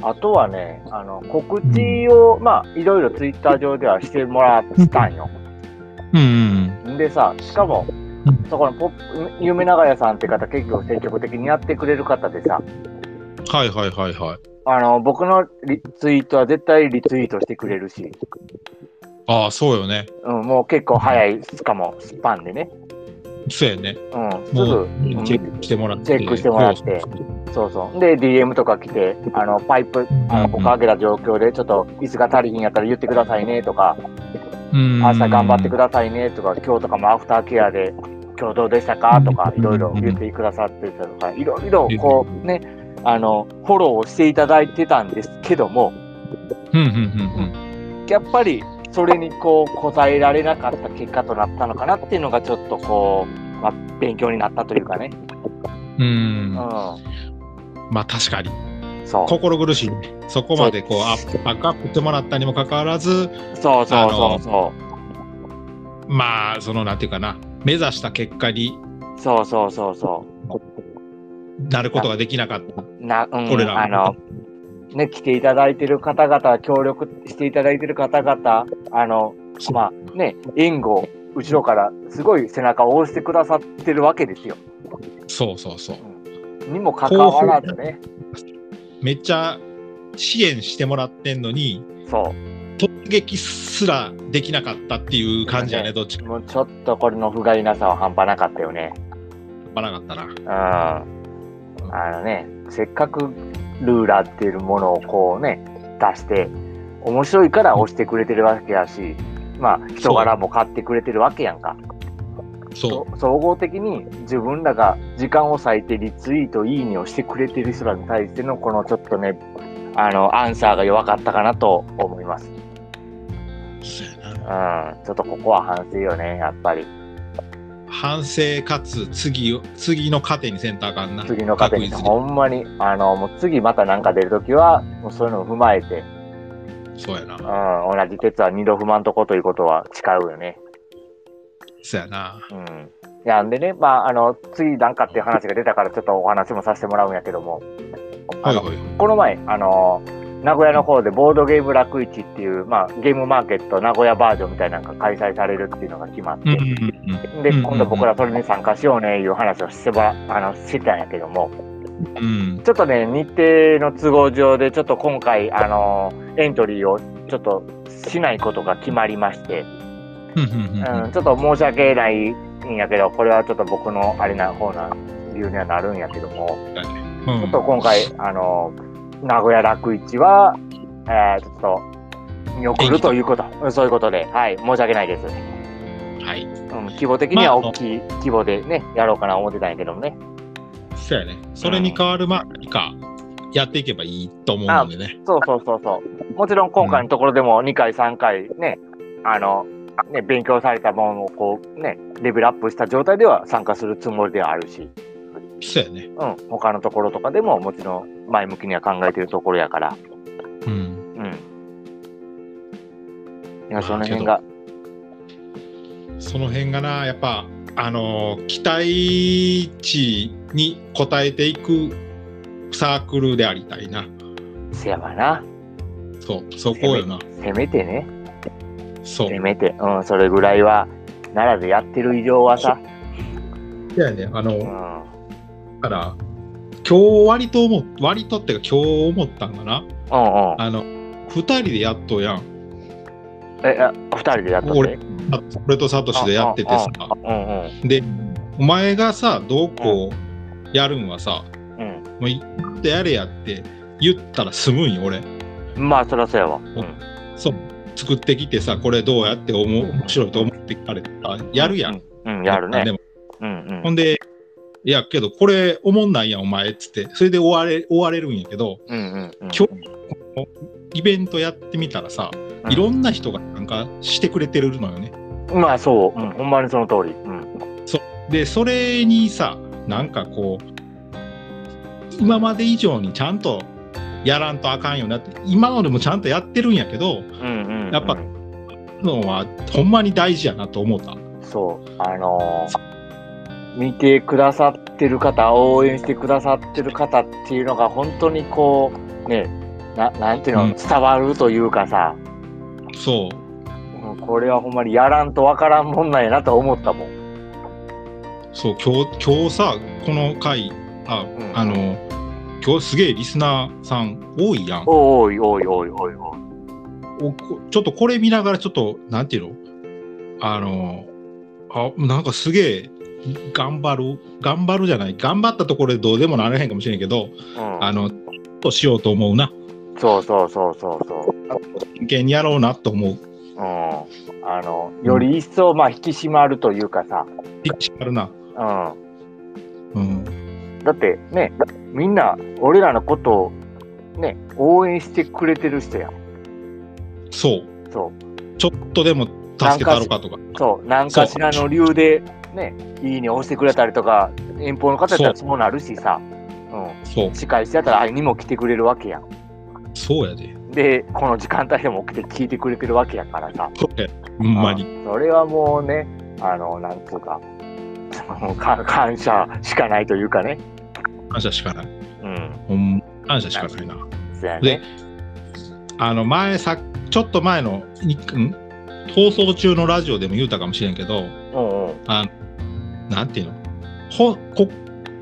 Speaker 1: あとはね、あの告知を、まあ、いろいろツイッター上ではしてもらったんよ。
Speaker 2: うんうん
Speaker 1: でさ、しかも
Speaker 2: うん、
Speaker 1: そこのポップ、夢長屋さんって方、結構積極的にやってくれる方でさ、
Speaker 2: うん。はいはいはいはい。
Speaker 1: あの僕のリツイートは絶対リツイートしてくれるし、
Speaker 2: ああ、そうよね。
Speaker 1: うん、もう結構早い、しかもスパンでね、
Speaker 2: そうやね。
Speaker 1: うん、すぐ
Speaker 2: もう
Speaker 1: うん
Speaker 2: チェックしてもらって。
Speaker 1: チェックしてもらって
Speaker 2: そうそうそう
Speaker 1: そうそう。で、DM とか来て、あのパイプ、あの僕
Speaker 2: うん
Speaker 1: 開けた状況で、ちょっと椅子が足りひんやったら言ってくださいねとか、
Speaker 2: うん
Speaker 1: 朝頑張ってくださいねとか、今日とかもアフターケアで、今日どうでしたかとか、
Speaker 2: うん
Speaker 1: いろいろ言ってくださってたとか、いろいろこうね、あの、フォローをしていただいてたんですけども、
Speaker 2: うんうんうん
Speaker 1: やっぱりそれにこう、応えられなかった結果となったのかなっていうのが、ちょっとこう、まあ、勉強になったというかね。
Speaker 2: う
Speaker 1: う
Speaker 2: ん。うん。
Speaker 1: ん。
Speaker 2: まあ確かに。
Speaker 1: そう。
Speaker 2: 心苦しいね。そこまでこう、アップバックアップしてもらったにもかかわらず、
Speaker 1: そうそ
Speaker 2: あ
Speaker 1: うそ
Speaker 2: の
Speaker 1: うそ
Speaker 2: まあ、その、なんていうかな、目指した結果に
Speaker 1: う。そうそうそうそ
Speaker 2: なることができなかった。
Speaker 1: う。な、うん、
Speaker 2: 俺ら
Speaker 1: あの、ね、来ていただいてる方々、協力していただいてる方々、あの、
Speaker 2: そう
Speaker 1: まあね、援護を後ろからすごい背中を押してくださってるわけですよ。
Speaker 2: そうそうそう。
Speaker 1: にもかかわらずね、
Speaker 2: めっちゃ支援してもらってんのに
Speaker 1: そ
Speaker 2: 突撃すらできなかったっていう感じやねどっち
Speaker 1: う。
Speaker 2: か
Speaker 1: もうちょっとこれの不甲斐なさは半端なかったよね。
Speaker 2: なかったな
Speaker 1: うん。あのね、せっかくルーラーっていうものをこうね、出して、面白いから押してくれてるわけやし、まあ人柄も買ってくれてるわけやんか。
Speaker 2: そ
Speaker 1: 総合的に自分らが時間を割いてリツイート、いいねをしてくれてる人らに対してのこのちょっとね、あの、アンサーが弱かったかなと思います。うん。
Speaker 2: うそうやな
Speaker 1: ちょっとここは反省よね、やっぱり。
Speaker 2: 反省かつ次を次の糧にセンターかんな
Speaker 1: 次の糧に、
Speaker 2: 確
Speaker 1: ほんまに、あの、もう次またなんか出るときは、もうそういうのを踏まえて、
Speaker 2: 実にそうや
Speaker 1: うん、
Speaker 2: な
Speaker 1: 同じ鉄は二度踏まんとこということは誓うよね。
Speaker 2: そうやな
Speaker 1: うん。いや、んでね、まあ、あの、次なんかっていう話が出たから、ちょっとお話もさせてもらうんやけども、
Speaker 2: は
Speaker 1: あ
Speaker 2: い
Speaker 1: の
Speaker 2: はいはい
Speaker 1: この前、あのー名古屋の方でボードゲーム楽市っていう、まあ、ゲームマーケット名古屋バージョンみたいなのが開催されるっていうのが決まっ
Speaker 2: う
Speaker 1: て、
Speaker 2: んうん
Speaker 1: で、
Speaker 2: うんうん
Speaker 1: 今度僕らそれに参加しようねいう話をしてもら、あの、してたんやけども、
Speaker 2: うんうん
Speaker 1: ちょっとね、日程の都合上で、ちょっと今回、あのーエントリーをちょっとしないことが決まりまして、
Speaker 2: うんうんうん
Speaker 1: うん、ちょっと申し訳ないんやけど、これはちょっと僕のあれな方な理由にはなるんやけども、
Speaker 2: うん
Speaker 1: ちょっと今回、あの、名古屋楽市は、えー、ちょっと、見送るということ、うんそういうことで、はい、申し訳ないです。
Speaker 2: はい
Speaker 1: うん、規模的には
Speaker 2: まあ
Speaker 1: 大きい規模でね、やろうかな思ってたんやけどもね。
Speaker 2: そうやねそれに代わるまあ何かやっていけばいいと思うのでね
Speaker 1: そうそうそうそう。もちろん今回のところでも2回、3回ね、あの、ね、勉強されたものをこう、ね、レベルアップした状態では参加するつもりではあるし、
Speaker 2: そうやね
Speaker 1: うん、他のところとかでももちろん前向きには考えてるところやから、
Speaker 2: うん
Speaker 1: うん。いや、
Speaker 2: あー
Speaker 1: その辺が、
Speaker 2: その辺がなやっぱあのー期待値に応えていくサークルでありたいな
Speaker 1: せやわな。
Speaker 2: そうそこよな
Speaker 1: せめてね、
Speaker 2: そう
Speaker 1: せめて、うん、それぐらいは、奈良でやってる以上はさ、
Speaker 2: そうやねあ
Speaker 1: う
Speaker 2: の
Speaker 1: ん、
Speaker 2: だから今日割と思う割とってか今日思ったんだな
Speaker 1: うんうん。
Speaker 2: あの2人でやっとうやん
Speaker 1: え、あ二人でやった
Speaker 2: 俺あ俺とサトシでやっててさ
Speaker 1: うんうん
Speaker 2: でお前がさどうこうやるんはさ
Speaker 1: うん。
Speaker 2: もうやってやれやって言ったら済むんよ俺
Speaker 1: うん。まあ、そらそうやわ。うん。
Speaker 2: そう作ってきてさこれどうやって思う面白いと思って聞かれたらやるやん、
Speaker 1: うん、やるね
Speaker 2: で。も
Speaker 1: うんうん
Speaker 2: ほ。んでいやけどこれ思んないやんお前っつってそれで終われ終われるんやけど
Speaker 1: うんうんうん。
Speaker 2: 今日イベントやってみたらさ
Speaker 1: うん
Speaker 2: いろんな人がなんかしてくれてるのよね
Speaker 1: まあ、そう。うん。ほんまにその通り。うん。
Speaker 2: でそれにさなんかこう今まで以上にちゃんとやらんとあかんよなって今のでもちゃんとやってるんやけど
Speaker 1: うんうん、うん。
Speaker 2: やっぱのはほんまに大事やなと思った
Speaker 1: そう、あのー見てくださってる方、応援してくださってる方っていうのが、本当にこう、ね、ななんていうの、
Speaker 2: うん
Speaker 1: 伝わるというかさ、
Speaker 2: そう
Speaker 1: うんこれはほんまにやらんとわからんもんなんやなと思ったもん。
Speaker 2: そう今日今日さこの回あ、
Speaker 1: ん
Speaker 2: あの今日すげえリスナーさん多いやんお
Speaker 1: おいおいおいおいおい。
Speaker 2: こちょっとこれ見ながらちょっとなんていうのあのあなんかすげえ頑張る頑張るじゃない頑張ったところでどうでもなれへんかもしれんけど
Speaker 1: うん、
Speaker 2: あのちょっとしようと思うな
Speaker 1: そうそうそうそうそう。
Speaker 2: 真剣にやろうなと思う
Speaker 1: うん、あのより一層まあ引き締まるというかさ、
Speaker 2: ピッチあるな
Speaker 1: うん、
Speaker 2: うん
Speaker 1: だってね、みんな俺らのことを、ね、応援してくれてる人やん。
Speaker 2: そう
Speaker 1: そう
Speaker 2: ちょっとでも助けたろかとか
Speaker 1: そう、何かしらの理由で、ね、いいね押してくれたりとか、遠方の方やったらそうなるしさ、う、
Speaker 2: そうん
Speaker 1: 司会してやったら会いにも来てくれるわけやん。
Speaker 2: そうやで
Speaker 1: で、この時間帯でも起きて聞いてくれてるわけやからさ、
Speaker 2: そうやほんまに
Speaker 1: あそれはもうね、あの、なんつうか、 そのか感謝しかないというかね、
Speaker 2: 感謝しかない
Speaker 1: うん、
Speaker 2: ほん感謝しかないな
Speaker 1: そうやね。
Speaker 2: あの前さちょっと前のいん放送中のラジオでも言うたかもしれんけど
Speaker 1: うんうん、
Speaker 2: なんていうのほんこ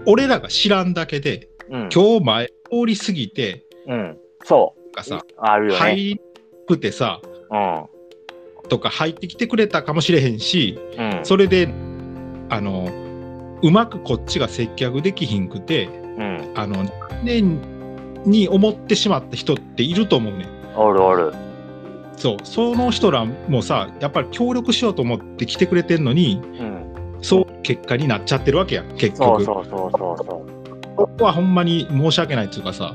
Speaker 2: 俺らが知らんだけで
Speaker 1: うん、
Speaker 2: 今日前通り過ぎて
Speaker 1: うん。そ
Speaker 2: がさ、
Speaker 1: う。あるよね。
Speaker 2: 入りにくくてさ
Speaker 1: う
Speaker 2: とか入ってきてくれたかもしれへんし
Speaker 1: ん。うん。
Speaker 2: それであのうまくこっちが接客できひんくて
Speaker 1: うん。
Speaker 2: あの年に思ってしまった人っていると思うねん
Speaker 1: おるおる。
Speaker 2: そうその人らもさやっぱり協力しようと思って来てくれてんのに
Speaker 1: うん。
Speaker 2: そう結果になっちゃってるわけや結
Speaker 1: そ
Speaker 2: 局
Speaker 1: うそうそうそうそう。
Speaker 2: ここはほんまに申し訳ないっていうか
Speaker 1: う
Speaker 2: さ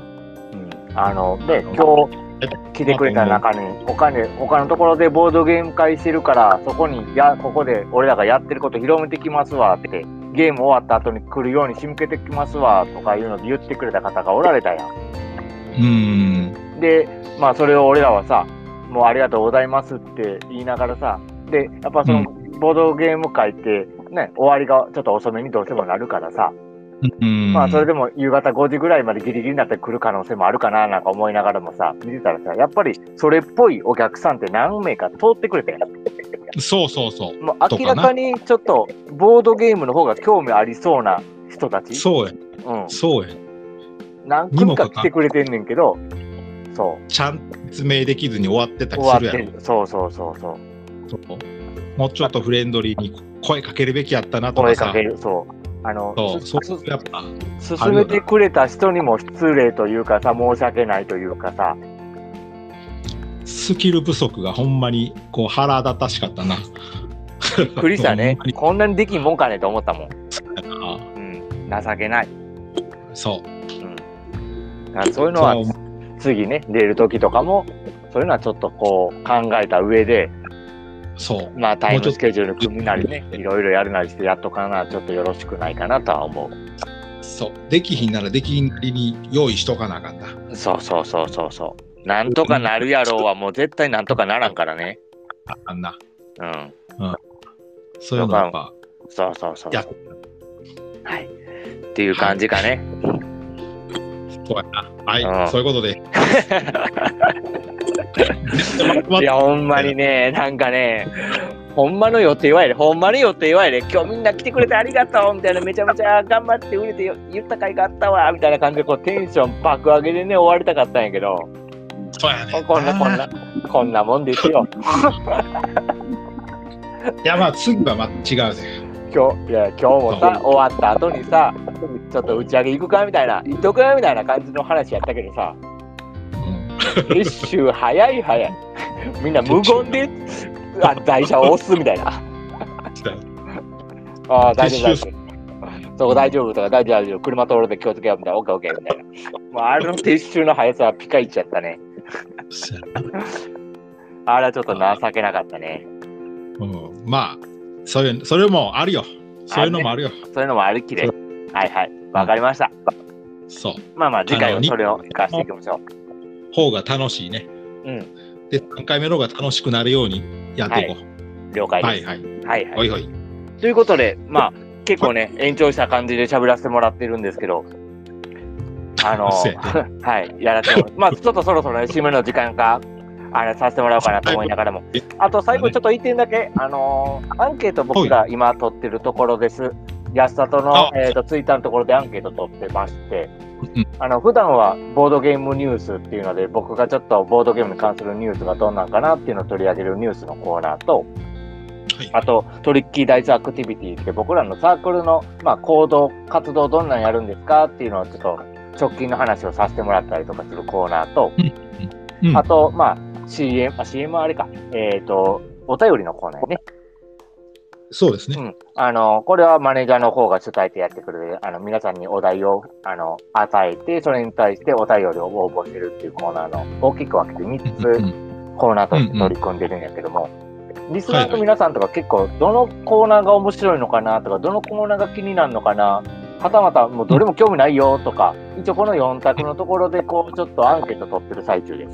Speaker 1: ん。あの、で、今日来てくれた中に、他に、他のところでボードゲーム会してるから、そこに、いや、ここで俺らがやってること広めてきますわって、ゲーム終わった後に来るように仕向けてきますわとかいうので言ってくれた方がおられたやん。
Speaker 2: うーん
Speaker 1: で、まあ、それを俺らはさ、もうありがとうございますって言いながらさ、で、やっぱその、ボードゲーム会って、ね、終わりがちょっと遅めにどうしてもなるからさ、
Speaker 2: うん
Speaker 1: まあ、それでも夕方5時ぐらいまでギリギリになってくる可能性もあるかななんか思いながらもさ、見てたらさ、やっぱりそれっぽいお客さんって何名か通ってくれ て、
Speaker 2: そうそうそう
Speaker 1: もう明らかにちょっと、ボードゲームの方が興味ありそうな人たち、
Speaker 2: そうや
Speaker 1: うん、
Speaker 2: そうや
Speaker 1: 何
Speaker 2: に
Speaker 1: 組
Speaker 2: も
Speaker 1: か
Speaker 2: か
Speaker 1: 来てくれてんねんけど、そう。
Speaker 2: ちゃんと説明できずに終わってたりす
Speaker 1: 終
Speaker 2: る
Speaker 1: わっ
Speaker 2: や
Speaker 1: て
Speaker 2: ろ
Speaker 1: るそうそうそうそう
Speaker 2: そうもうちょっとフレンドリーに声かけるべきやったなと
Speaker 1: 声
Speaker 2: か
Speaker 1: か
Speaker 2: さ
Speaker 1: けるそうあの
Speaker 2: そう
Speaker 1: す
Speaker 2: そう
Speaker 1: す
Speaker 2: やっぱ
Speaker 1: 進めてくれた人にも失礼というかさ申し訳ないというかさ
Speaker 2: スキル不足がほんまにこう腹立たしかったな
Speaker 1: びっくりしたね
Speaker 2: ほんまに
Speaker 1: こんなにできんもんかねと思ったもん、
Speaker 2: あ
Speaker 1: うん、情けない、
Speaker 2: そ
Speaker 1: う
Speaker 2: う
Speaker 1: ん、だからそういうのは
Speaker 2: そう
Speaker 1: 次ね出る時とかもそういうのはちょっとこう考えた上で
Speaker 2: そう
Speaker 1: まあタイ
Speaker 2: もうち
Speaker 1: ム
Speaker 2: ょっと
Speaker 1: スケジュール組みなりねいろいろやるなりしてやっとかなちょっとよろしくないかなとは思う
Speaker 2: そうできひんならできひんなりに用意しとかなあかんな
Speaker 1: そうそうそうそうそうなんとかなるやろうはもう絶対なんとかならんからね
Speaker 2: あかんな
Speaker 1: うん
Speaker 2: そういうのやっぱ
Speaker 1: そうそうそう。
Speaker 2: や
Speaker 1: はい。っていう感じかね。
Speaker 2: そうやなはい、
Speaker 1: うん
Speaker 2: そういうことで
Speaker 1: い、や、ほんまにね、なんかね、ほんまの予定はやで、ほんまの予定はやで、今日みんな来てくれてありがとうみたいな、めちゃめちゃ頑張って売れてよ言った甲斐があったわみたいな感じで、こうテンション爆上げでね、終わりたかったんやけど、
Speaker 2: そうやね
Speaker 1: こんな、こんな、こんなもんですよ。
Speaker 2: いやまあ次はま違うぜ
Speaker 1: 今日、いや、今日もさ、終わった後にさ、ちょっと打ち上げ行くかみたいな、行っとくかみたいな感じの話やったけどさ、
Speaker 2: うん
Speaker 1: 一周早い早い。みんな無言で、あ、台車を押すみたいな。ああ、大丈夫、大丈夫。そこ大丈夫とか、大丈夫、大丈夫。車通るで気をつけようみたいな、オッケーオッケーみたいな。もうあの撤収の速さはピカイチやったね。
Speaker 2: そうや
Speaker 1: あれはちょっと情けなかったね。
Speaker 2: うんまあそういうそれもあるよそういうのもあるよ
Speaker 1: そういうのも歩きで。はいはい。わかりました。
Speaker 2: そう
Speaker 1: まあまあ、次回はそれを活かしていきましょ
Speaker 2: 方が楽しいね
Speaker 1: う。うん。
Speaker 2: で3回目の方が楽しくなるようにやっていこ
Speaker 1: 了
Speaker 2: う
Speaker 1: 解
Speaker 2: は
Speaker 1: で
Speaker 2: い
Speaker 1: す。
Speaker 2: はい
Speaker 1: はい
Speaker 2: お
Speaker 1: はいい。
Speaker 2: おい
Speaker 1: ということで、まあ、結構ね、延長した感じで喋らせてもらってるんですけど、あの、
Speaker 2: そうや
Speaker 1: はい、やらせてもらうまあ、ちょっとそろそろね、締めの時間か、あれさせてもらおうかなと思いながらも
Speaker 2: え。
Speaker 1: あと、最後ちょっと1点だけ、あのーアンケート僕が今取ってるところです。安里の
Speaker 2: あ、
Speaker 1: えー、とツイッターのところでアンケート取ってまして
Speaker 2: うん、
Speaker 1: あの普段はボードゲームニュースっていうので、僕がちょっとボードゲームに関するニュースがどんなんかなっていうのを取り上げるニュースのコーナーと、
Speaker 2: はい
Speaker 1: あと、トリッキーダイズアクティビティって、僕らのサークルの、まあ、行動、活動どんなんやるんですかっていうのをちょっと、直近の話をさせてもらったりとかするコーナーと、
Speaker 2: うん
Speaker 1: あと、まあ、CM、あ CM はあれか、えっ、と、お便りのコーナーね。
Speaker 2: そうですね
Speaker 1: うん。あの、これはマネージャーの方が主体でやってくれる、あの、皆さんにお題を、あの、与えて、それに対してお便りを応募してるっていうコーナーの、大きく分けて3つ、
Speaker 2: うん
Speaker 1: コーナーとして取り組んでるんやけども、リスナーの皆さんとか結構どのコーナーが面白いのかなとかどのコーナーが気になるのかなはたまたもうどれも興味ないよとか一応この4択のところでこうちょっとアンケート取ってる最中で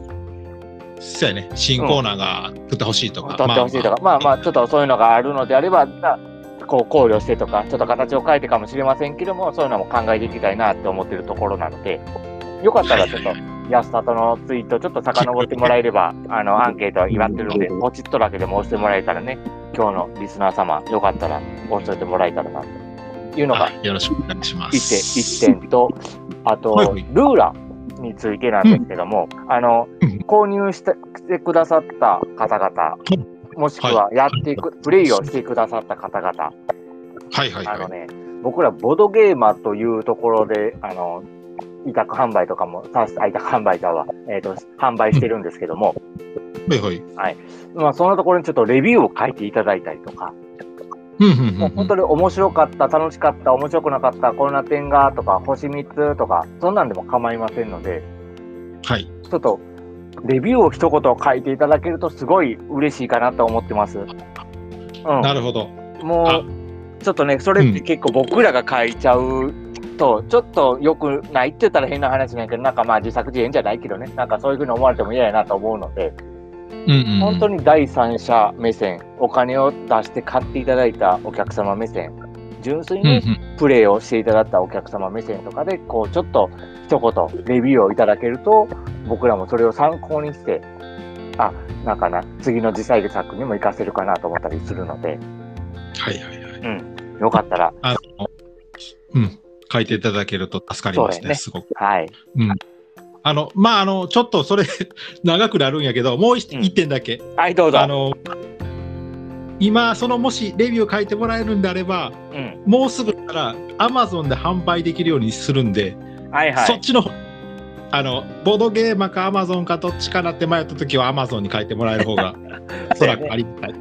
Speaker 1: す。
Speaker 2: そうやね新コーナーが作ってほしいとか
Speaker 1: 取ってほしいとかまあまあちょっとそういうのがあるのであればまあこう考慮してとかちょっと形を変えてかもしれませんけどもそういうのも考えていきたいなって思ってるところなのでよかったらちょっと安里のツイートちょっと遡ってもらえれ ば、あの、アンケートを祝ってるんで、ポチッとだけでも押してもらえたらね、今日のリスナー様、よかったら押しといてもらえたらな、というのが
Speaker 2: あよろしくお願いしま
Speaker 1: 1
Speaker 2: す
Speaker 1: 点、一点と、あと、
Speaker 2: はいはい
Speaker 1: ルーラ、についてなんですけども、あの
Speaker 2: うん、
Speaker 1: 購入してしてくださった方々
Speaker 2: う、
Speaker 1: もしくはやっていく、プレイをしてくださった方々、
Speaker 2: はいはい
Speaker 1: あ
Speaker 2: は
Speaker 1: の
Speaker 2: い。
Speaker 1: ね、僕らボードゲーマーというところで、あの、委託販売とかも、さあ委託販売だわ、えっ、と、販売してるんですけども、
Speaker 2: はいはい。
Speaker 1: まあ、そのところにちょっとレビューを書いていただいたりとか、
Speaker 2: うんうんうん
Speaker 1: もう本当に面白かった、楽しかった、面白くなかった、こんな点が、とか、星3つとか、そんなんでも構いませんので、
Speaker 2: はい。
Speaker 1: ちょっと、レビューを一言書いていただけるとすごい嬉しいかなと思ってます。う
Speaker 2: なるほど。
Speaker 1: ん。も
Speaker 2: あ
Speaker 1: う、ちょっとね、それって結構僕らが書いちゃうと、ちょっと良くないって言ったら変な話なんやけど、なんかまあ自作自演じゃないけどね、なんかそういうふうに思われても嫌やなと思うので、
Speaker 2: うんうんうん。
Speaker 1: 本当に第三者目線、お金を出して買っていただいたお客様目線、純粋
Speaker 2: うんう
Speaker 1: に
Speaker 2: ん。
Speaker 1: プレイをしていただいたお客様目線とかで、こう、ちょっと一言レビューをいただけると、僕らもそれを参考にして、あ、なんかな、次の次回作にも活かせるかなと思ったりするので、
Speaker 2: はいはいはい。
Speaker 1: よかったら、
Speaker 2: あの、うん。書いていただけると助かります
Speaker 1: そうだ
Speaker 2: ね、
Speaker 1: よね
Speaker 2: すごく。
Speaker 1: はい。
Speaker 2: あの、まあ、あの、ちょっとそれ、 長くなるんやけど、もう一
Speaker 1: うん
Speaker 2: 一点だけ。
Speaker 1: はい、どうぞ。
Speaker 2: あの、今、その、もしレビュー書いてもらえるんであれば、
Speaker 1: うん。
Speaker 2: もうすぐから、アマゾンで販売できるようにするんで、
Speaker 1: はいは
Speaker 2: そっ
Speaker 1: い。
Speaker 2: ちの方あのボードゲーマーかアマゾンかどっちかなって迷った時はアマゾンに書いてもらえる 方がおそらくありがたい。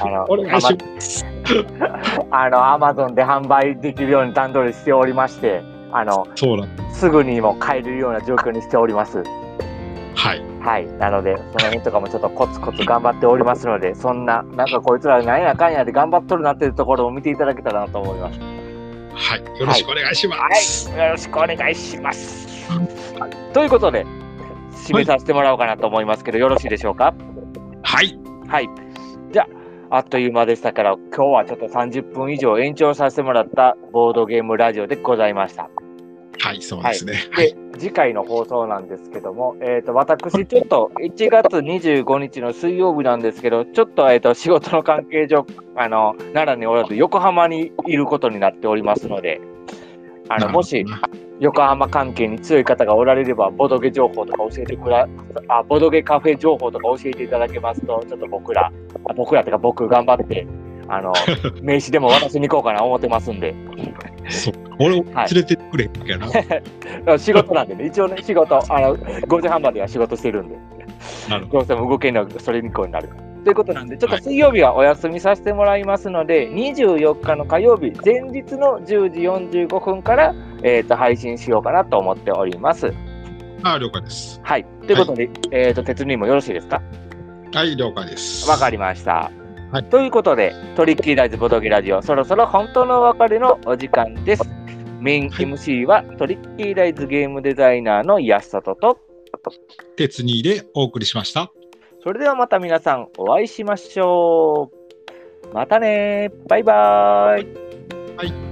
Speaker 1: あの
Speaker 2: お願いします。
Speaker 1: あの、アマゾンで販売できるように段取りしておりまして、あの、
Speaker 2: そうなんです
Speaker 1: すぐにも買えるような状況にしております。
Speaker 2: はい。
Speaker 1: はい、なので、その辺とかもちょっとコツコツ頑張っておりますので、そんな、なんかこいつらなんやかんやで頑張っとるなっていうところを見ていただけたらなと思います。
Speaker 2: はい。よろしくお願いします。
Speaker 1: よろしくお願いします。ということで、締めさせてもらおうかなと思いますけど、よろしいでしょうか。
Speaker 2: はい。
Speaker 1: はい。じゃあ、あっという間でしたから、今日はちょっと30分以上延長させてもらったボードゲームラジオでございました。
Speaker 2: はい、そうですね。
Speaker 1: で、次回の放送なんですけども、えっ、と、私、ちょっと、1月25日の水曜日なんですけど、ちょっと、えっ、と、仕事の関係上、あの、奈良におらず、横浜にいることになっておりますので、あの、
Speaker 2: な
Speaker 1: も
Speaker 2: るほどね
Speaker 1: し、横浜関係に強い方がおられれば、ボドゲ情報とか教えてくら、あ、ボドゲカフェ情報とか教えていただけますと、ちょっと僕ら、あ僕らとか僕頑張って、あ の、名刺でも渡しに行こうかな思ってますんで、
Speaker 2: そう俺を連
Speaker 1: はい
Speaker 2: れてってくれやけどな。
Speaker 1: 仕事なんでね、一応ね、仕事、あの、5時半までは仕事してるんで。
Speaker 2: なるほ
Speaker 1: どうしても動けないそれ以降になる。ということなんで、ちょっと水曜日はお休みさせてもらいますので、24日の火曜日、前日の10時45分から、えー、と配信しようかなと思っております。
Speaker 2: ど。あ、了解です。
Speaker 1: はい。ということで、えっ、と、鉄にもよろしいですか
Speaker 2: はい、了解です。
Speaker 1: わかりました。
Speaker 2: はい
Speaker 1: ということで、トリッキーライズボドゲラジオ、そろそろ本当のお別れのお時間です。メイン
Speaker 2: はい
Speaker 1: MC は、トリッキーライズゲームデザイナーの安里と、
Speaker 2: 鉄二でお送りしました。
Speaker 1: それではまた皆さんお会いしましょう。またねバイバーイ。
Speaker 2: はい。